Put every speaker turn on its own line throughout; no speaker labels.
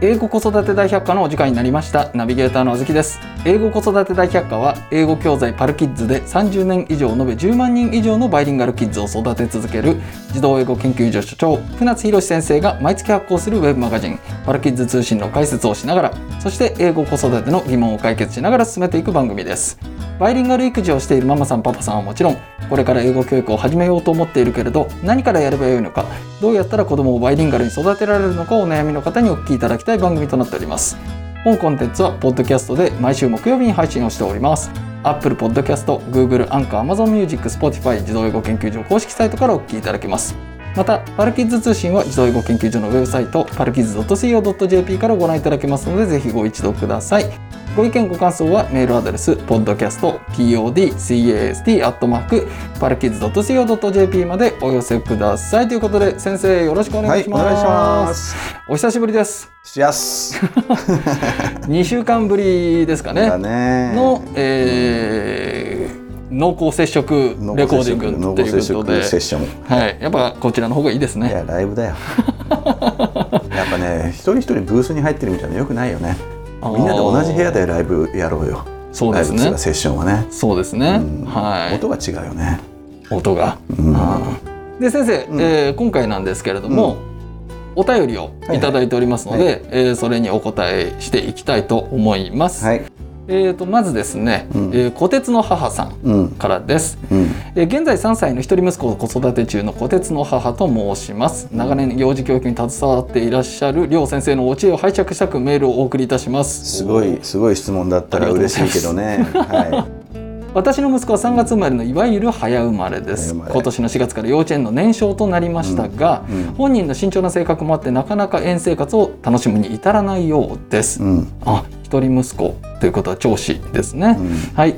英語子育て大百科のお時間になりましたナビゲーターのあずきです英語子育て大百科は英語教材パルキッズで30年以上延べ10万人以上のバイリンガルキッズを育て続ける児童英語研究所所長船津博史先生が毎月発行するウェブマガジンパルキッズ通信の解説をしながらそして英語子育ての疑問を解決しながら進めていく番組ですバイリンガル育児をしているママさんパパさんはもちろんこれから英語教育を始めようと思っているけれど何からやればよいのかどうやったら子供をバイリンガルに育てられるのかをお悩みの方にお聞きいただきたい番組となっております本コンテンツはポッドキャストで毎週木曜日に配信をしております Apple Podcast、Google、アンカー、Amazon Music、Spotify 自動英語研究所公式サイトからお聞きいただけますまたパルキッズ通信は自動英語研究所のウェブサイトパルキッズ .co.jp からご覧いただけますのでぜひご一読くださいご意見ご感想はメールアドレス podcastpodcast.co.jp までお寄せくださいということで先生よろしくお願いします,、
す。
お久しぶりです
しやす。
2週間ぶりですかね
だね。
の、えー濃厚接触レコーディングって
濃厚接
いう
触
こと
濃厚接触
で
セッション。
はい、やっぱこちらの方がいいです
い
ね
やライ ブだよ。やっぱね一人一人ブースに入ってるみたいなのよくないよね。みんなで同じ部屋でライブやろうよ。
そう
ラ
で
イブ
す
っていう
ね
かセッションはね。
そうですね、
うん
はい
音が違うよね。
音が。
うん
で先生、
うん
えー今回なんですけれども、
う
お便りをいただいておりますので、
はい
えーそれにお答えしていきたいと思います。
はい。
えー、とまずですね、
うん
えー小鉄の母さん
うん
からです、
うん
えー現在3歳の一人息子を子育て中の小鉄の母と申します長年幼児教育に携わっていらっしゃる両先生のお知恵を拝借したくメールをお送りいたします
すごいすごい質問だったら嬉しいけどね。は
私の息子は3月生まれのいわゆる早生まれです
早生まれ
今年の4月から幼稚園の年少となりましたが、
うんうん
本人の慎重な性格もあってなかなか園生活を楽しむに至らないようです、
い。うん
あ一人息子ということは長子ですね、
うん
はい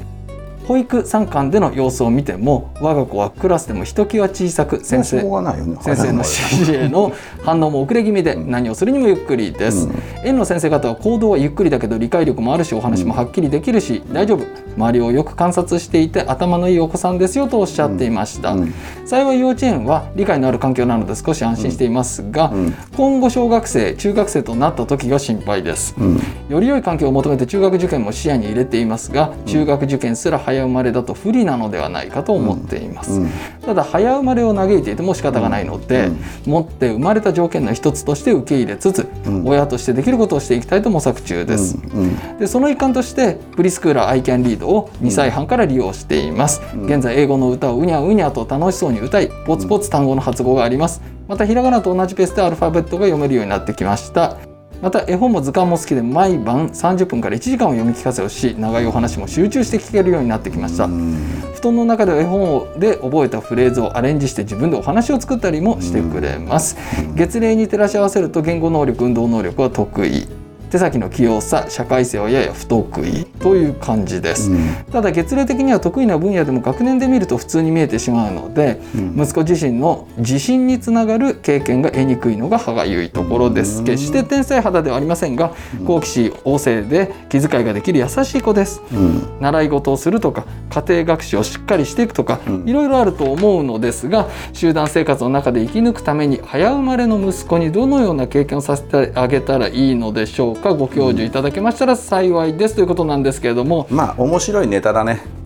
保育参観での様子を見ても我が子はクラスでもひときわ小さく先
しょう
生
がないよね。
先生の指示への反応も遅れ気味で何をするにもゆっくりです、園の先生方は行動はゆっくりだけど理解力もあるしお話もはっきりできるし、大丈夫周りをよく観察していて頭のいいお子さんですよとおっしゃっていました、
うん
幸い幼稚園は理解のある環境なので少し安心していますが、
うん
今後小学生中学生となった時が心配です
うん
より良い環境を求めて中学受験も視野に入れていますが中学受験すら早生まれだと不利なのではないかと思っています、
うん
ただ早生まれを嘆いていても仕方がないので、
うん
持って生まれた条件の一つとして受け入れつつ、
うん
親としてできることをしていきたいと模索中です、
うん
でその一環としてプリスクーラーアイキャンリードを2歳半から利用しています、
うん
現在英語の歌をうにゃうにゃと楽しそうに歌いポツポツ単語の発語がありますまたひらがなと同じペースでアルファベットが読めるようになってきましたまた絵本も図鑑も好きで毎晩30分から1時間を読み聞かせをし長いお話も集中して聞けるようになってきました、
うん
布団の中で絵本で覚えたフレーズをアレンジして自分でお話を作ったりもしてくれます、月齢に照らし合わせると言語能力運動能力は得意手先の器用さ社会性はやや不得意という感じです、ただ月齢的には得意な分野でも学年で見ると普通に見えてしまうので、
うん
息子自身の自信につながる経験が得にくいのが歯がゆいところです、
うん
決して天才肌ではありませんが好奇心旺盛で気遣いができる優しい子です
うん
習い事をするとか家庭学習をしっかりしていくとか、
うん
いろいろあると思うのですが集団生活の中で生き抜くために早生まれの息子にどのような経験をさせてあげたらいいのでしょうかご教授いただけましたら幸いですということなんですけれども、
まあ面白いネタだね。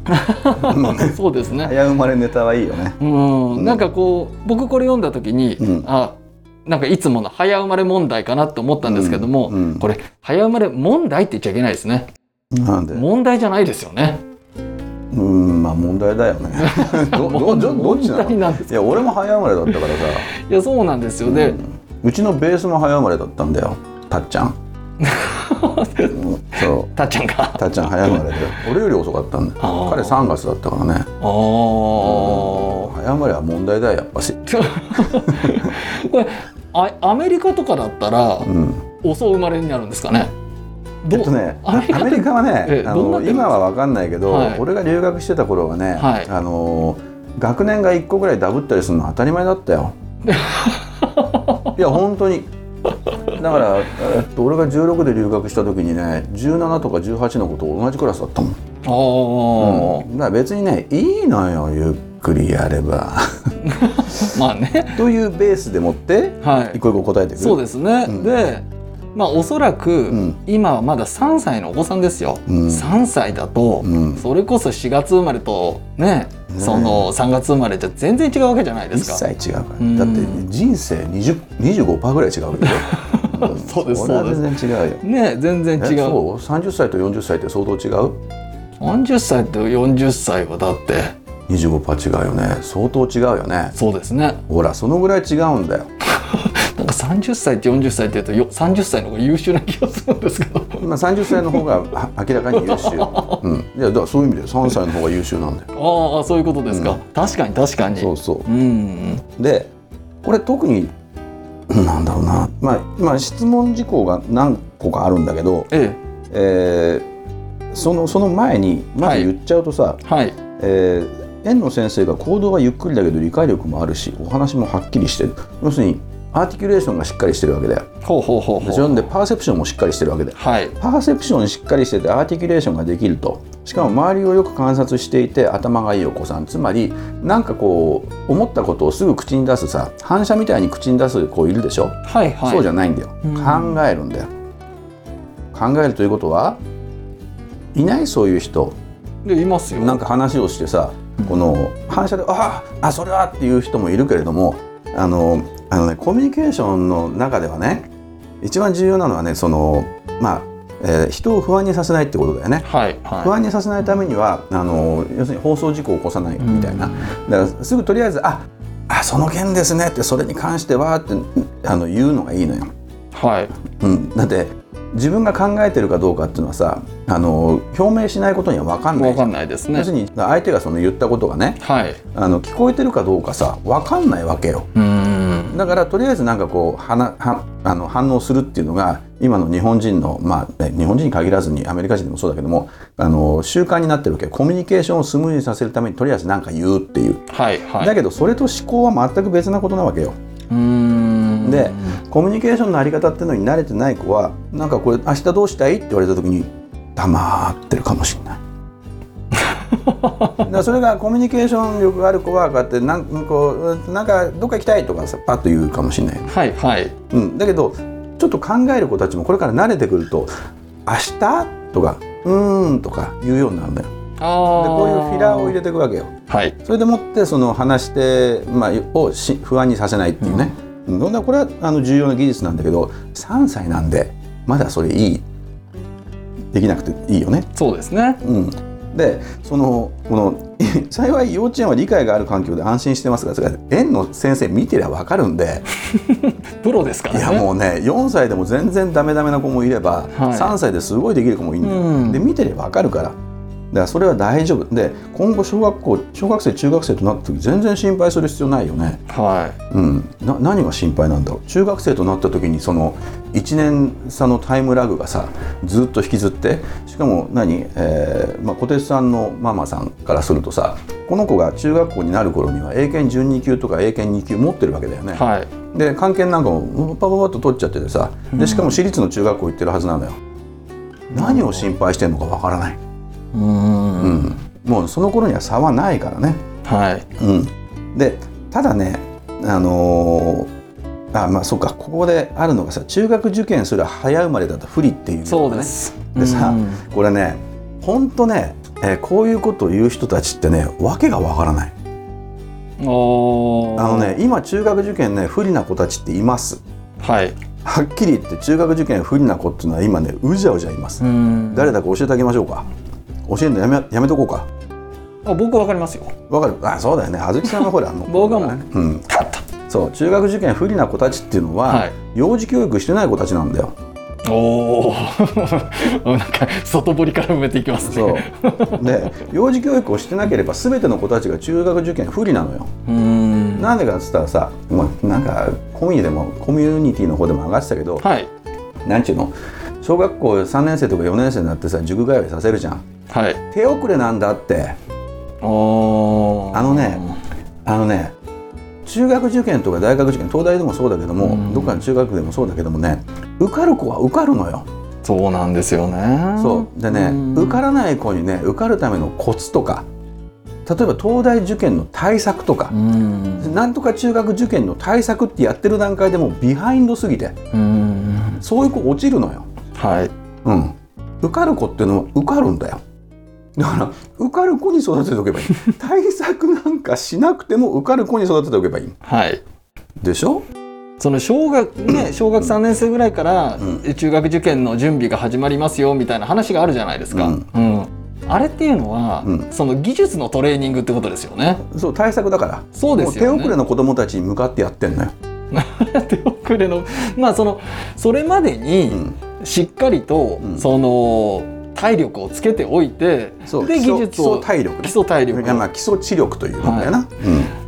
そうですね、
早生まれネタはいいよね。
うん
うん
なんかこう僕これ読んだ時に、
うん
あなんかいつもの早生まれ問題かなと思ったんですけども、
うんうん
これ早生まれ問題って言っちゃいけないですね
なんで、
問題じゃないですよね
うん、まあ問題だよ ね。ど、ど、ど、どっちな
問題
の？
なんです
いや、俺も早生まれだったからさ。
いやそうなんですよね、
うちのベースも早生まれだったんだよ。たっ ちゃん。うんそ
たっちゃんが
う、たっちゃん早生まれで、俺より遅かったんだ
あ
よ。
ー
彼三月だったから
あ
ね。
あ、
早生まれは問題だよ、やっぱし。
これあアメリカとかだったら、
うん。
遅生まれになるんですかね
え
どう
っとね、
アメリカ
アメリカは
え
ね、あ
どうなって
の
るんですか
今はわかんないけど、
はい
俺が留学してた頃はね、
はい
あの学年が一個ぐらいダブったりするのは当たり前だっ たよ。いや本当に。だから、えっと、俺が16で留学した時にね17とか18の子と同じクラスだったもん、
あ
う
あ、
んだから別にねいいのよゆっくりやれば
まあね
というベースでもって
はい
一個一個答えていく
そうですね、
うん
でまあおそらく、
うん
今はまだ3歳のお子さんですよ、
うん
3歳だと、
うん
それこそ4月生まれとね、
ね
その3月生まれじゃ全然違うわけじゃないで
一
すか。
切違うから、
うん
だって人生20 25%ぐらい違う けど、ん
そうです
れは
そうです
全然違うよ
ね全然
え
違う
そう30歳と40歳って相当違う
40歳と40歳はだって
25%違うよね相当違うよね
そうですね
ほらそのぐらい違うんだよ
なんか30歳と40歳って言うとよ30歳の方が優秀な気がするんですけど
まあ30歳の方がは 明らかに優秀、うん、いやだからそういう意味で3歳の方が優秀なんだよ
ああそういうことですか、
うん
確かに確かに
そうそう
ん
うでこれ特になんだろうな、まあ、まあ質問事項が何個かあるんだけど、
え
えーそのその前にまず言っちゃうとさ、
えはい
えー園の先生が行動はゆっくりだけど理解力もあるしお話もはっきりしてる要するにアーティキュレーションがしっかりしてるわけだよ
ほうほうほう
でそ
ほう
れでパーセプションもしっかりしてるわけだよ
はい
パーセプションしっかりしててアーティキュレーションができるとしかも周りをよく観察していて頭がいいお子さんつまりなんかこう思ったことをすぐ口に出すさ反射みたいに口に出す子いるでしょ、
はいはい
そうじ
ゃ
ゃないんだよ
うん
考えるんだよ考えるということはいないそういう人
でいますよ
なんか話をしてさ
うん
この反射で「あああそれは!」っていう人もいるけれどもあのあのねコミュニケーションの中ではね一番重要なのはねそのまあ、えー人を不安にさせないってことだよね。
はい
不
は
安にさせないためにはあの要するに放送事故を起こさないみたいな、
うん
だからすぐとりあえず「ああその件ですね」ってそれに関してはってあの言うのがいいのよ。
いはい
うん、だって自分が考えてるかどうかっていうのはさあの表明しないことには分かんない
わ
じゃ
か
ん
んないですね
要するに相手がその言ったことがね
はい
あの聞こえてるかどうかさ分かんないわけよ
うん
だからとりあえずなんかこうはなはあの反応するっていうのが今の日本人のまあ、ね、日本人に限らずにアメリカ人でもそうだけどもあの習慣になってるわけよコミュニケーションをスムーズにさせるためにとりあえずなんか言うっていう、
はいはい
だけどそれと思考は全く別なことなわけよ
うん
でコミュニケーションのあり方っていうのに慣れてない子はなんかこれ明日どうしたいって言われた時に黙ってるかもしれない だからそれがコミュニケーション力がある子はこうやってなんこううんなんかどっか行きたいとかさパッと言うかもしれない、
はいはい
うん、だけどちょっと考える子たちもこれから慣れてくると「明日?」とか「うーん」とか言うようになるんだよで
ああ
こういうフィラーを入れていくわけよ
はい
それでもってその話して、まあ、をし不安にさせないっていうね、うん、そんなこれはあの重要な技術なんだけど3歳なんでまだそれいいできなくていいよね。
そうですね
うん、でそのこの 幸い幼稚園は理解がある環境で安心してますがそれ園の先生見てりゃ分かるんで
プロですか
い
らね
やもうね4歳でも全然ダメダメな子もいれば、
はい
3歳ですごいできる子もいるんだよ、
うん
で見てれば分かるからだからそれは大丈夫で今後小学校小学生中学生となった時全然心配する必要ないよね、
はい
うん、な何が心配なんだろう中学生となった時にその1年差のタイムラグがさずっと引きずってしかも何、えーまあ、小鉄さんのママさんからするとさこの子が中学校になる頃には英検12級とか英検2級持ってるわけだよね。
はい
で関係なんかもパパパッと取っちゃっててさでしかも私立の中学校行ってるはずなのよ、何を心配してんのかわからない、
うん
うん、もうその頃には差はないからね、
はい
うん、でただねあのーあまあそうかここであるのがさ中学受験する早生まれだと不利っていうのがね
そうです
でさ
うん
これねほんとね、えーこういうことを言う人たちってね訳がわからない
おー
あのね今中学受験ね不利な子たちっています
はい
はっきり言って中学受験不利な子っていうのは今ねうじゃうじゃいます、
うん
誰だか教えてあげましょうか教えるのやめやめとこうか
あ僕わかりますよ
わかるあそうだよねあずきさんはほらも う
僕はもう
うん、
勝った
そう中学受験不利な子たちっていうのは、
はい
幼児教育してない子たちなんだよ
おお なんか外堀から埋めていきますね
そ うで幼児教育をしてなければ全ての子たちが中学受験不利なのよ
うん
なんでかっつったらさもうなんかコミュニでもコミュニティの方でも上がってたけど、
はい
なんちゅうの小学校3年生とか4年生になってさ塾通いさせるじゃん
はい
手遅れなんだって
おー
あのねあのね中学受験とか大学受験東大でもそうだけども、
うん
どっかの中学でもそうだけどもね受かる子は受かるのよ。
そうなんですよね
そうでね、
ん
受からない子にね受かるためのコツとか例えば東大受験の対策とか
う、ん
なんとか中学受験の対策ってやってる段階でもうビハインドすぎて
うん
そういう子落ちるのよ。
はい
うん、受かる子っていうのは受かるんだよだから受かる子に育てて おけばいい対策なんかしなくても受かる子に育てておけばいい
はい
でしょ
その小学ね小学3年生ぐらいから中学受験の準備が始まりますよみたいな話があるじゃないですか、
う
うんんあれっていうのは、
うん
その技術のトレーニングってことですよね
そう対策だから
そうですよね
もう手遅れの子供たちに向かってやってんのよ、
手遅れのまあそのそれまで
う
に
ん、
しっかりと、
うん
その体力をつけておいて
そう
で
基
技
礎
術を
基礎体力
基礎体力
いやまあ基礎知力というのだよな、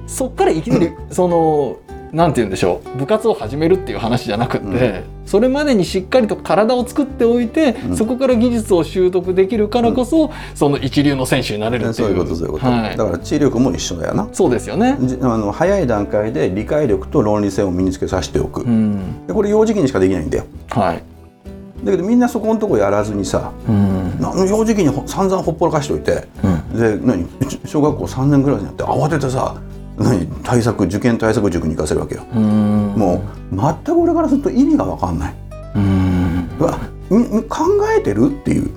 そっからいきなり、そのなんて言うんでしょう部活を始めるっていう話じゃなくって、それまでにしっかりと体を作っておいて、
ん
そこから技術を習得できるからこそ、その一流の選手になれる
う
っ
ん、
てい
そう
う
いうことそういうこと、
はい
だから知力も一緒だよな
そうですよね、
じあの早い段階で理解力と論理性を身につけさせておく、
うん、
でこれ幼児期にしかできないんだよ
はい、
だけどみんなそこのとこやらずにさ
うん
な幼児期にほ散々ほっぽらかしておいて
うん、
で何ち小学校3年ぐらいになって慌ててさ何対策受験対策塾に行かせるわけよ
うん
もう全く俺からすると意味が分かんない
うん
うわみみ考えてるっていう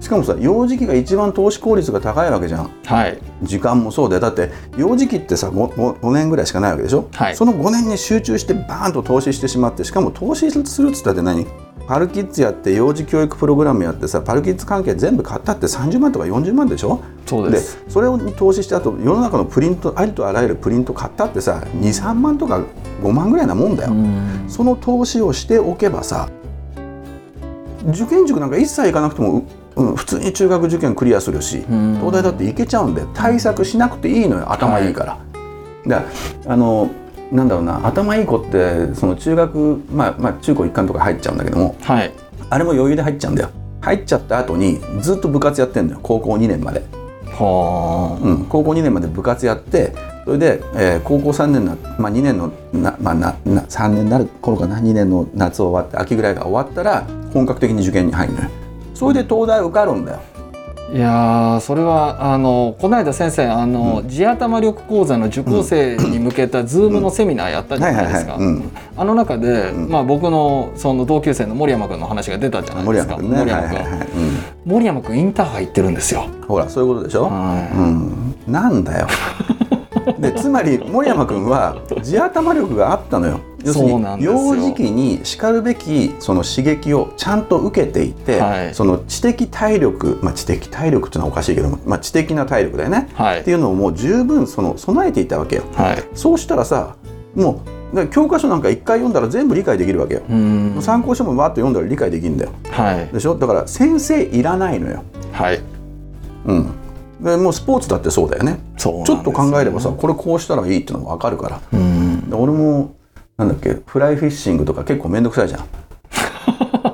しかもさ幼児期が一番投資効率が高いわけじゃん
はい
時間もそうでだって幼児期ってさ 5, 年ぐらいしかないわけでしょ、
はい
その5年に集中してバーンと投資してしまってしかも投資するっつったって何パルキッズやって幼児教育プログラムやってさパルキッズ関係全部買ったって30万とか40万でしょ
そうです
でそれに投資してあと世の中のプリントありとあらゆるプリント買ったってさ23万とか5万ぐらいなもんだよ、
うん
その投資をしておけばさ受験塾なんか一切行かなくても、ううん、普通に中学受験クリアするし、
ん
東大だって行けちゃうんで対策しなくていいのよ頭いいから。だからあのなんだろうな頭いい子ってその中学、まあ、まあ中高一貫とか入っちゃうんだけども
はい
あれも余裕で入っちゃうんだよ入っちゃった後にずっと部活やってんのよ高校2年まで。
は
うん、高校2年まで部活やってそれで、えー高校3年の、まあ、2年のな、まあ、なな3年になる頃かな2年の夏終わって秋ぐらいが終わったら本格的に受験に入るのよそれで東大受かるんだよ
あいやーそれはあのこの間先生あの、地頭力講座の受講生に向けた Zoom のセミナーやったじゃないですか、
うん、
あの中で、
うん
まあ、僕のその同級生の森山君の話が出たじゃない
森
です
山
か
君ね
森
は
山
いはい
君、
はい、
森山君インターハイ行ってるんですよ。
うん、ほらそういうことでしょ、
は
う
い
ん、なんだよでつまり森山君は地頭力があったのよ要する
そうなん
に
ですよ
幼児期にしかるべきその刺激をちゃんと受けていて、
はい
その知的体力、まあ、知的体力っていうのはおかしいけども、まあ、知的な体力だよね
は
って
い
いうのをもう十分その備えていたわけよ
はい
そうしたらさもうだから教科書なんか一回読んだら全部理解できるわけよ、
うん
参考書もわーっと読んだら理解できるんだよ
はい
でしょだから先生いらないのよ
はい
うんでもうスポーツだってそうだよね
そうなんです
ち
よ
ょっと考えればさこれこうしたらいいっていうのが分かるから
うん
で俺もなんだっけフライフィッシングとか結構面倒く さいじゃん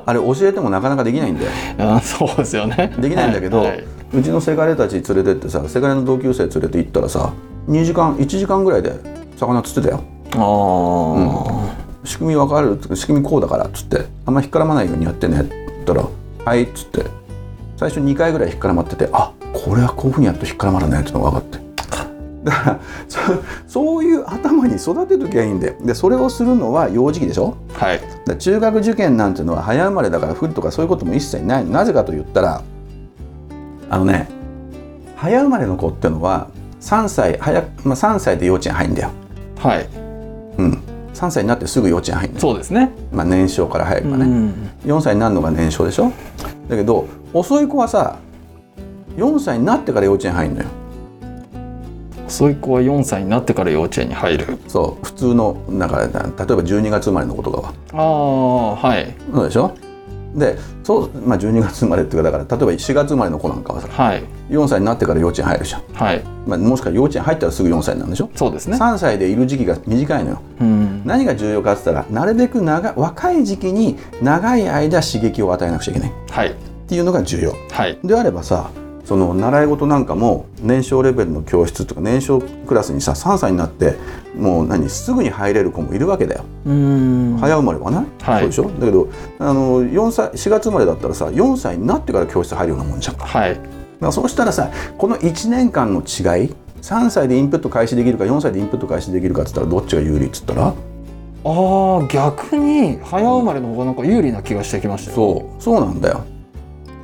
あれ教えてもなかなかできないんだよ
あそうですよね
できないんだけど、
はいはいう
ちのせがれたち連れてってさせがれの同級生連れて行ったらさ2時間1時間ぐらいで魚釣ってたよ
ああ、
仕組み分かる仕組みこうだからっつってあんま引っからまないようにやってねって言ったら「はい」っつって最初2回ぐらい引っからまっててあこれはこういうふうにやると引っからまらないっていうのが分かってだからそそういう頭に育てときゃいいんだよでそれをするのは幼児期でしょ
はい
だから中学受験なんていうのは早生まれだから不利とかそういうことも一切ないのなぜかと言ったらあのね早生まれの子っていうのは3歳早く、まあ、3歳で幼稚園入るんだよ、
はい
うん、3歳になってすぐ幼稚園入るんだよ、
そうですね
まあ、年少から早くはね、
うん
4歳になるのが年少でしょだけど遅い子はさ4歳になってから幼稚園入るのよ
そういう子は4歳になってから幼稚園に入る
そう普通のなんか例えば12月生まれの子とかは
ああはい
そうでしょでそう、まあ、12月生まれっていうかだから例えば4月生まれの子なんかはさ
はい
4歳になってから幼稚園入るじゃん、
はい
まあ、もしくは幼稚園入ったらすぐ4歳なんでしょ、
そうですね
3歳でいる時期が短いのよ
うん
何が重要かって言ったらなるべく長い若い時期に長い間刺激を与えなくちゃいけないっ
はい
ていうのが重要
はい
であればさその習い事なんかも年少レベルの教室とか年少クラスにさ3歳になってもう何すぐに入れる子もいるわけだよ
うん
早生まれはね、
はい
そうでしょだけどあの4歳4月生まれだったらさ4歳になってから教室入るようなもんじゃん
はい
だからそうしたらさこの1年間の違い3歳でインプット開始できるか4歳でインプット開始できるかっつったらどっちが有利っつったら
あー逆に早生まれの方がなんか有利な気がしてきましたよ
そうそうなんだよ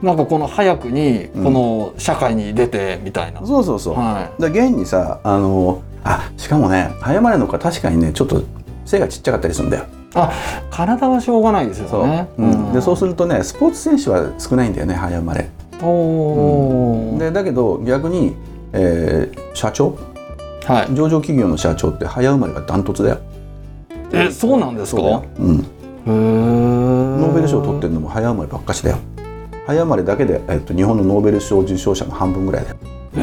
なんかこの早くに
うん
この社会に出てみたいな、
そうそうそう、
は
だ現にさあのあしかもね早生まれの子は確かにねちょっと背がちっちゃかったりするんだよ
い体はしょうがないです
そ
よ
う、
ね
うん、でそうするとねスポーツ選手は少ないんだよね早生まれ
おー
でだけど逆に、えー社長
はい
上場企業の社長って早生まれがダントツだよ
えそうなんですか
うだよ、うん、
へノ
ノーベル賞を取ってるのも早生まればっかしだよ早生まれだけで、えっと、日本のノーベル賞受賞者の半分ぐらいだよ
え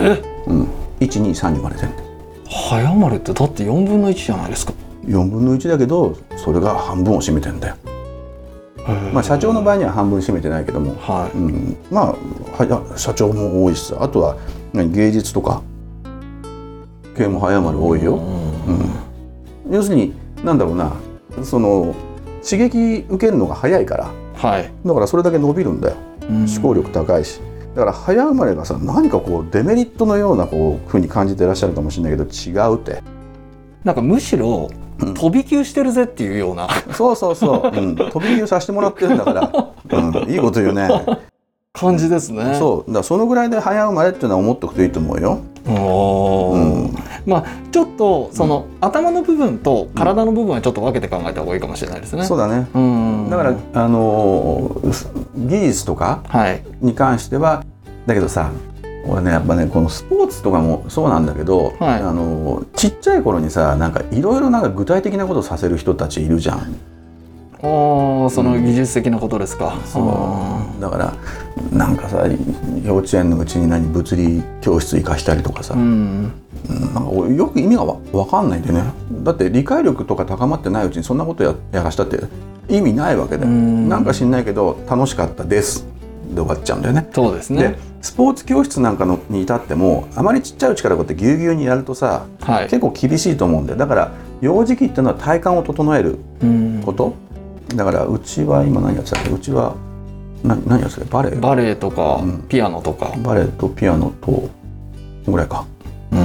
うん123に生まれてる
早生まれってだって4分の1じゃないですか
4分の1だけどそれが半分を占めてんだよ、まあ、社長の場合には半分占めてないけども、
は
うん、まあはや社長も多いしさあとは何芸術とか系も早生まれ多い
い
よ、うん、要するになんだろうなその刺激受けるのが早いから
はい
だからそれだけ伸びるんだよ思考力高いし、だから早生まれがさ何かこうデメリットのようなこう風に感じてらっしゃるかもしれないけど違うって
なんかむしろ
うん
飛び級してるぜっていうよう な
そうそう そう、うん、飛び級させてもらってるんだから、うん、いいこと言う ね
感じですね。
そうだからそのぐらいで早生まれっていうのは思っておくといいと思うよ、
お
う
ー
ん、
まあちょっとその、頭の部分と体の部分はちょっと分けて考えた方がいいかもしれないですね。
そうだね
うん、
だから、あのー技術とか
はい
に関してはだけどさ俺ねやっぱねこのスポーツとかもそうなんだけど、
はい
あのーちっちゃい頃にさなんかいろいろなんか具体的なことをさせる人たちいるじゃん
おーその技術的なことですか。あ
そうだからなんかさ幼稚園のうちに何物理教室行かしたりとかさ、
ーうん
なんか俺よく意味がわわかんないんでねだって理解力とか高まってないうちにそんなことややらしたって意味ないわけで
うん
なんか知んないけど楽しかったですで終わっちゃうんだよね。
そうです
で
ね。
スポーツ教室なんかのに至ってもあまりちっちゃいうちからこうやってぎゅうぎゅうにやるとさ
はい。
結構厳しいと思うんだよだから幼児期っていうのは体幹を整える
うん
ことだからうちは今何やってたっけうちは何何やってたっけバレエ
バレエとか、
うん
ピアノとか、
バレエとピアノとこんぐらいかう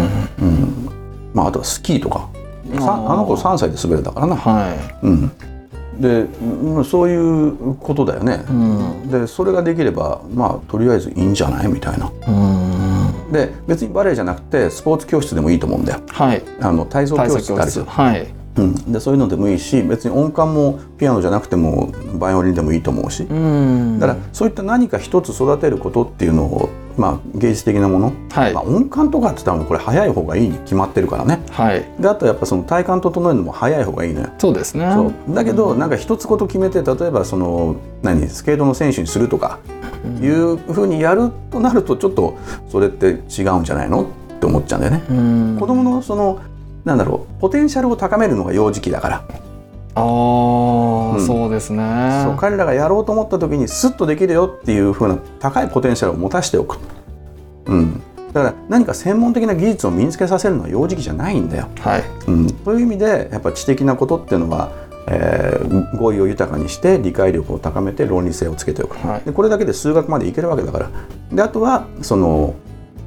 んまああとはスキーとかさ
あー
あの子3歳で滑れたからな
は
うんでうんそういうことだよね
い。う、ん
でそれができればまあとりあえずいいんじゃないみたいな
うん
で別にバレエじゃなくてスポーツ教室でもいいと思うんだよ
はい。
あの体操
体
教
操
室ってあ
教
るじ
室。
ゃん
はい。
うん、でそういうのでもいいし別に音感もピアノじゃなくてもバイオリンでもいいと思うし
うん
だからそういった何か一つ育てることっていうのを、まあ、芸術的なもの、
はい
まあ、音感とかって言ったらもうこれ早い方がいいに決まってるからね
はい。
であとやっぱその体感整えるのも早い方がいいのよ
そうですね。
そうだけどなんか一つこと決めて例えばその何スケートの選手にするとかいうふうにやるとなるとちょっとそれって違うんじゃないのって思っちゃうんだよね。
うん
子供のそのなんだろうポテンシャルを高めるのが幼児期だから
ああ、
うん
そうですね。
そう彼らがやろうと思った時にスッとできるよっていう風な高いポテンシャルを持たしておく、うん、だから何か専門的な技術を身につけさせるのは幼児期じゃないんだよ、
はい。
うん、という意味でやっぱ知的なことっていうのは、えー語彙を豊かにして理解力を高めて論理性をつけておく
はい。
でこれだけで数学までいけるわけだからであとはその、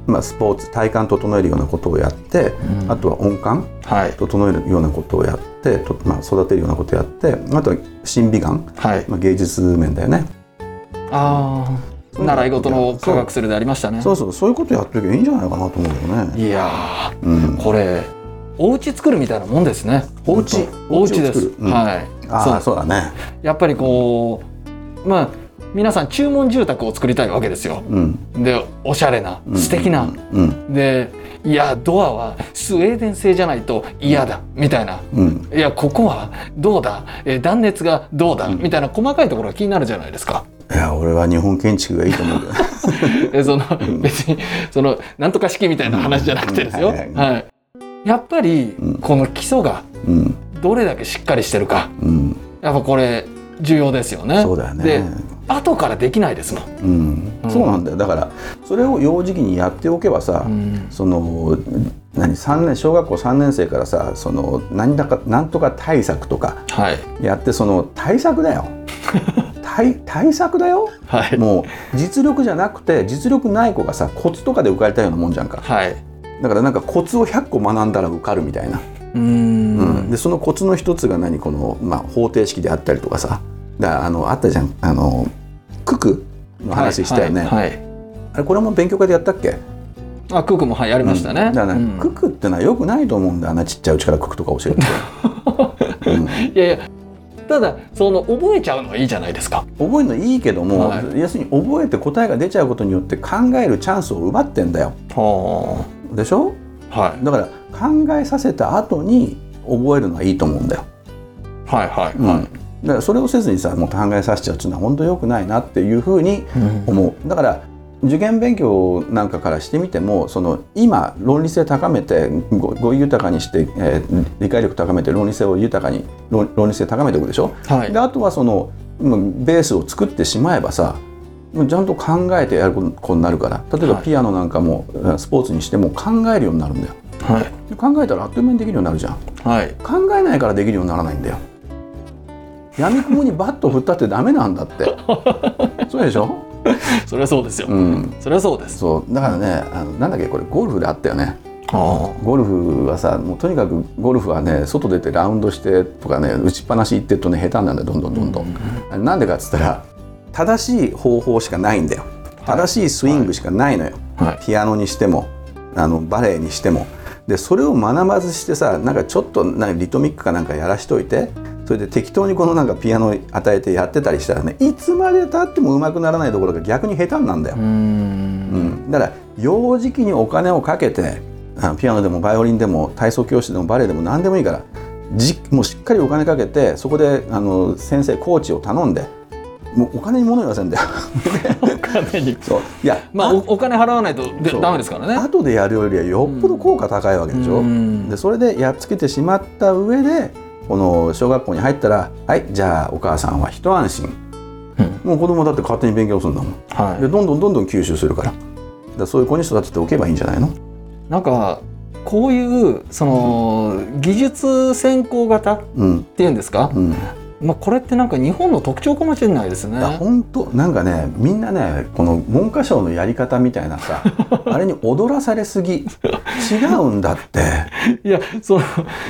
まあ、スポーツ体幹整えるようなことをやって、
うん
あとは音感
はい。
整えるようなことをやって、とまあ、育てるようなことをやってあとは審美眼
はい。
まあ、芸術面だよね、
ああ、習い事の科学するでありましたね。
そうそうそういうことやってるけどいいんじゃないかなと思うけどね、
いや
うん
ー、、これ、お家作るみたいなもんですね。
お家
お家です。
お家を作るうん
はい。
ああそうだね
やっぱりこう、まあ、皆さん注文住宅を作りたいわけですよ。
うん
で、おしゃれな、
うん
素敵な。
うん
で、いや、ドアはスウェーデン製じゃないと嫌だ、みたいな。
うん
いやここはどうだ、えー断熱がどうだ、
うん
みたいな細かいところが気になるじゃないですか。
いや俺は日本建築がいいと思うけど
えその 別にそのなんとか式みたいな話じゃなくてですよ。
う
は
んはい
い
は
やっぱり、
うん
この基礎が
うん
どれだけしっかりしてるか
うん
やっぱこれ重要ですよね。
そうだよ
で
ね
後からできないですもん。
うん、
うん
そうなんだよだからそれを幼児期にやっておけばさ、
うん
その何三年小学校3年生からさその何だか何とか対策とか
はい
やってその対策 だよ対対策だよ
はい
もう実力じゃなくて実力ない子がさコツとかで受かりたいようなもんじゃんか
はい。
だからなんかコツを100個学んだら受かるみたいな
ううーん
うん、でそのコツの一つが何この、まあ、方程式であったりとかさだからあのあったじゃんあの九九の話したよね、
はいはいはい
あれこれも勉強会でやったっけ
あクークもはいありましたね、
うんだからね
うん
九九ってのはよくないと思うんだよなちっちゃいうちから九九とか教 えて、うん
いやいやただその覚えちゃうのはいいじゃないですか
覚えるのいいけども、
は
要するに覚えて答えが出ちゃうことによって考えるチャンスを奪ってんだよ
は
でしょ
はい
だから考えさせた後に覚えるのはいいと思うんだよ、、
はいはいう
んだからそれをせずにさもう考えさせちゃうっていうのは本当良くないなっていうふうに思うだから受験勉強なんかからしてみてもその今論理性高めて語語彙豊かにして、えー理解力高めて論理性を豊かに論論理性高めておくでしょ
はい
であとはそのまあベースを作ってしまえばさもうちゃんと考えてやることになるから例えば
はい
ピアノなんかも、うんスポーツにしても考えるようになるんだよ
はい
で考えたらあっという間にできるようになるじゃん
はい
考えないからできるようにならないんだよ闇雲にバット振ったってダメなん だってそうでしょ
それはそうですよ、
うん
それはそうです
そうだからねあのなんだっけこれゴルフであったよね
あ
ゴルフはさもうとにかくゴルフはね外出てラウンドしてとかね打ちっぱなし行ってるとね下手なんだよどんどんどんどん、あれなんでかっつったら正しい方法しかないんだよ
はい
正しいスイングしかないのよ、
はい
ピアノにしてもあのバレエにしてもでそれを学ばずしてさなんかちょっとなんかリトミックかなんかやらしといてそれで適当にこのなんかピアノ与えてやってたりしたらねいつまでたっても上手くならないところが逆に下手になんだよ
うー、ん
うん、だから幼児期にお金をかけてあピアノでもバイオリンでも体操教室でもバレエでも何でもいいからじもうしっかりお金かけてそこであの先生コーチを頼んでもうお金に物言わせんだよ。
お金に
そういや
まあおお金払わないとで
そう
ダメですからね
後でやるよりはよっぽど効果高いわけでしょ、
うん
でそれでやっつけてしまった上でこの小学校に入ったらはいじゃあお母さんは一安心
うん
もう子供だって勝手に勉強するんだもん
はい
でどんどんどんどん吸収するからだからそういう子に育てておけばいいんじゃないの
なんかこういうその技術専攻型っ
うん
ていうんですか、
うんい
まあ、これってなんか日本の特徴かもしれないですね。
やほんとなんかねみんなねこの文科省のやり方みたい なさあれに踊らされすぎ違うんだって
いやその、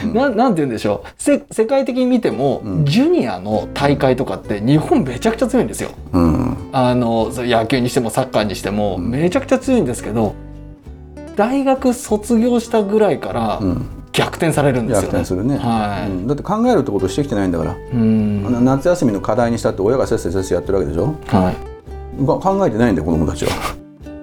うん
なん、なんて言うんでしょうせ世界的に見ても、
うん
ジュニアの大会とかって日本めちゃくちゃ強いんですよ。
うん
あのそう野球にしてもサッカーにしても
うん
めちゃくちゃ強いんですけど大学卒業したぐらいから
うん
逆転されるんです
逆
よね
転。するね、
はい
うんだって考えるってことしてきてないんだから
うん
あの夏休みの課題にしたって親がせっせせっせやってるわけでしょ
はい
が考えてないんだよ子供たちは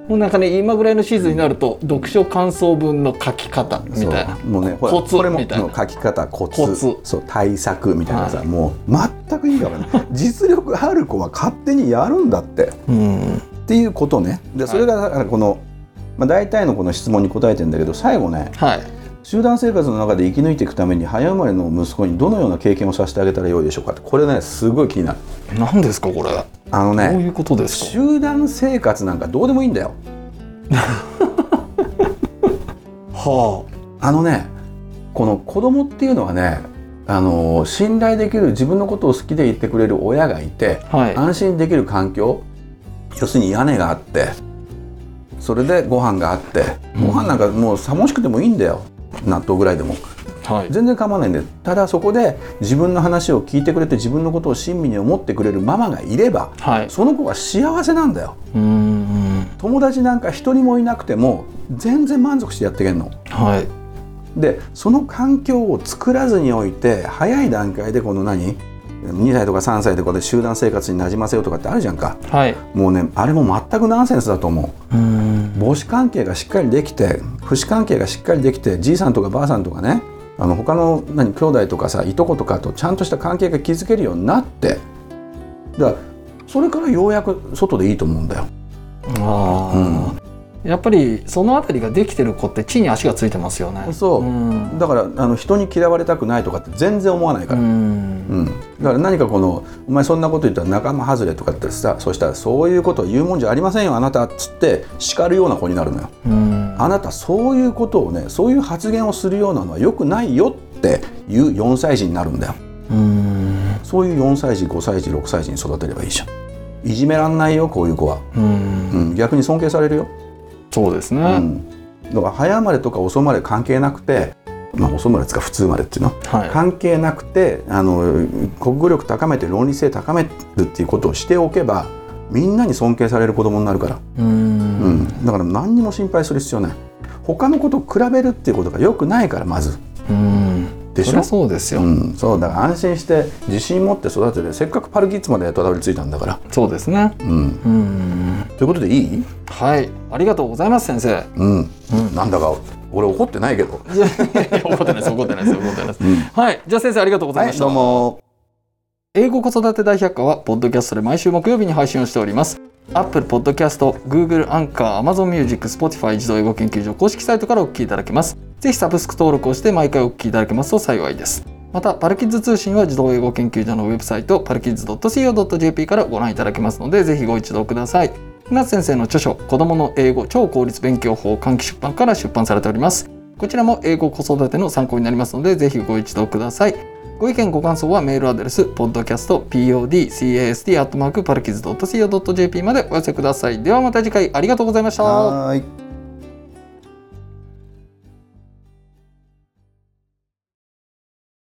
もうなんかね今ぐらいのシーズンになると読書感想文の書き方みたいな
そうもうねほら
コツ
これも
みたいな
もう書き方コツ
コツ
そう対策みたいなさ、
は
もう全くいいからね実力ある子は勝手にやるんだって
うん
っていうことねでそれがだからこの、まあ、大体のこの質問に答えてんだけど最後ね
はい
集団生活の中で生き抜いていくために早生まれの息子にどのような経験をさせてあげたらよいでしょうかってこれねすごい気になる
何ですかこれど
あのね
ういうことですか
集団生活なんかどうでもいいんだよ
は
あのねこの子供っていうのはねあの信頼できる自分のことを好きで言ってくれる親がいて
あはい
安心できる環境要するに屋根があってそれでご飯があって
うん
ご飯なんかもうさもしくてもいいんだよ納豆ぐらいでも
はい
全然構わないんだよただそこで自分の話を聞いてくれて自分のことを親身に思ってくれるママがいれば
はい
その子は幸せなんだよ
うーん
友達なんか一人もいなくても全然満足してやっていけんの
はい
でその環境を作らずにおいて早い段階でこの何2歳とか3歳とかで集団生活に馴染ませようとかってあるじゃんか
はい
もうねあれも全くナンセンスだと思
うーん
う母子関係がしっかりできて父子関係がしっかりできてじいさんとかばあさんとかねあの他の何兄弟とかさいとことかとちゃんとした関係が築けるようになってだからそれからようやく外でいいと思うんだよ。
ああやっぱりそのあたりができてる子って地に足がついてますよね
そうんだからあの人に嫌われたくないとかって全然思わないから
う。ん
うん、だから何かこの「お前そんなこと言ったら仲間外れ」とかってさそしたら「そういうことを言うもんじゃありませんよあなた」っつって叱るような子になるのよ。
うん
あなたそういうことをねそういう発言をするようなのは良くないよっていう4歳児になるんだよ。
うん
そういう4歳児5歳児6歳児に育てればいいじゃん。いじめらんないよこういう子は。
うん
うん、逆に尊敬されるよ。
そうです
う
ね
ん、だから早生まれとか遅生まれ関係なくてまあ、お粗末か普通までっていうの
はい
関係なくてあの国語力高めて論理性高めるっていうことをしておけばみんなに尊敬される子供になるから、
うーん
うんだから何にも心配する必要ない他の子と比べるっていうことがよくないからまず
うん
でしょ
そりゃそうですよ、
うん、そうだから安心して自信持って育ててせっかくパルキッズまでたどり着いたんだから。
そうですね
うん、
うん
ということでいい、
はいありがとうございます先生
うんなんだか俺怒ってないけど。
いやいや怒ってないです怒ってないです怒ってないです、はいじゃあ先生ありがとうございま
は
し
い
た、
どうも。
英語子育て大百科はポッドキャストで毎週木曜日に配信をしております Apple Podcast、Google アンカー、Amazon Music、Spotify 自動英語研究所公式サイトからお聞きいただけますぜひサブスク登録をして毎回お聞きいただけますと幸いですまたパルキッズ通信は自動英語研究所のウェブサイトパルキッズ .co.jp からご覧いただけますのでぜひご一読ください船津先生の著書子供の英語超効率勉強法換気出版から出版されておりますこちらも英語子育ての参考になりますのでぜひご一読くださいご意見ご感想はメールアドレス podcastpodcast.co.jp までお寄せください。ではまた次回ありがとうございました。
はーい。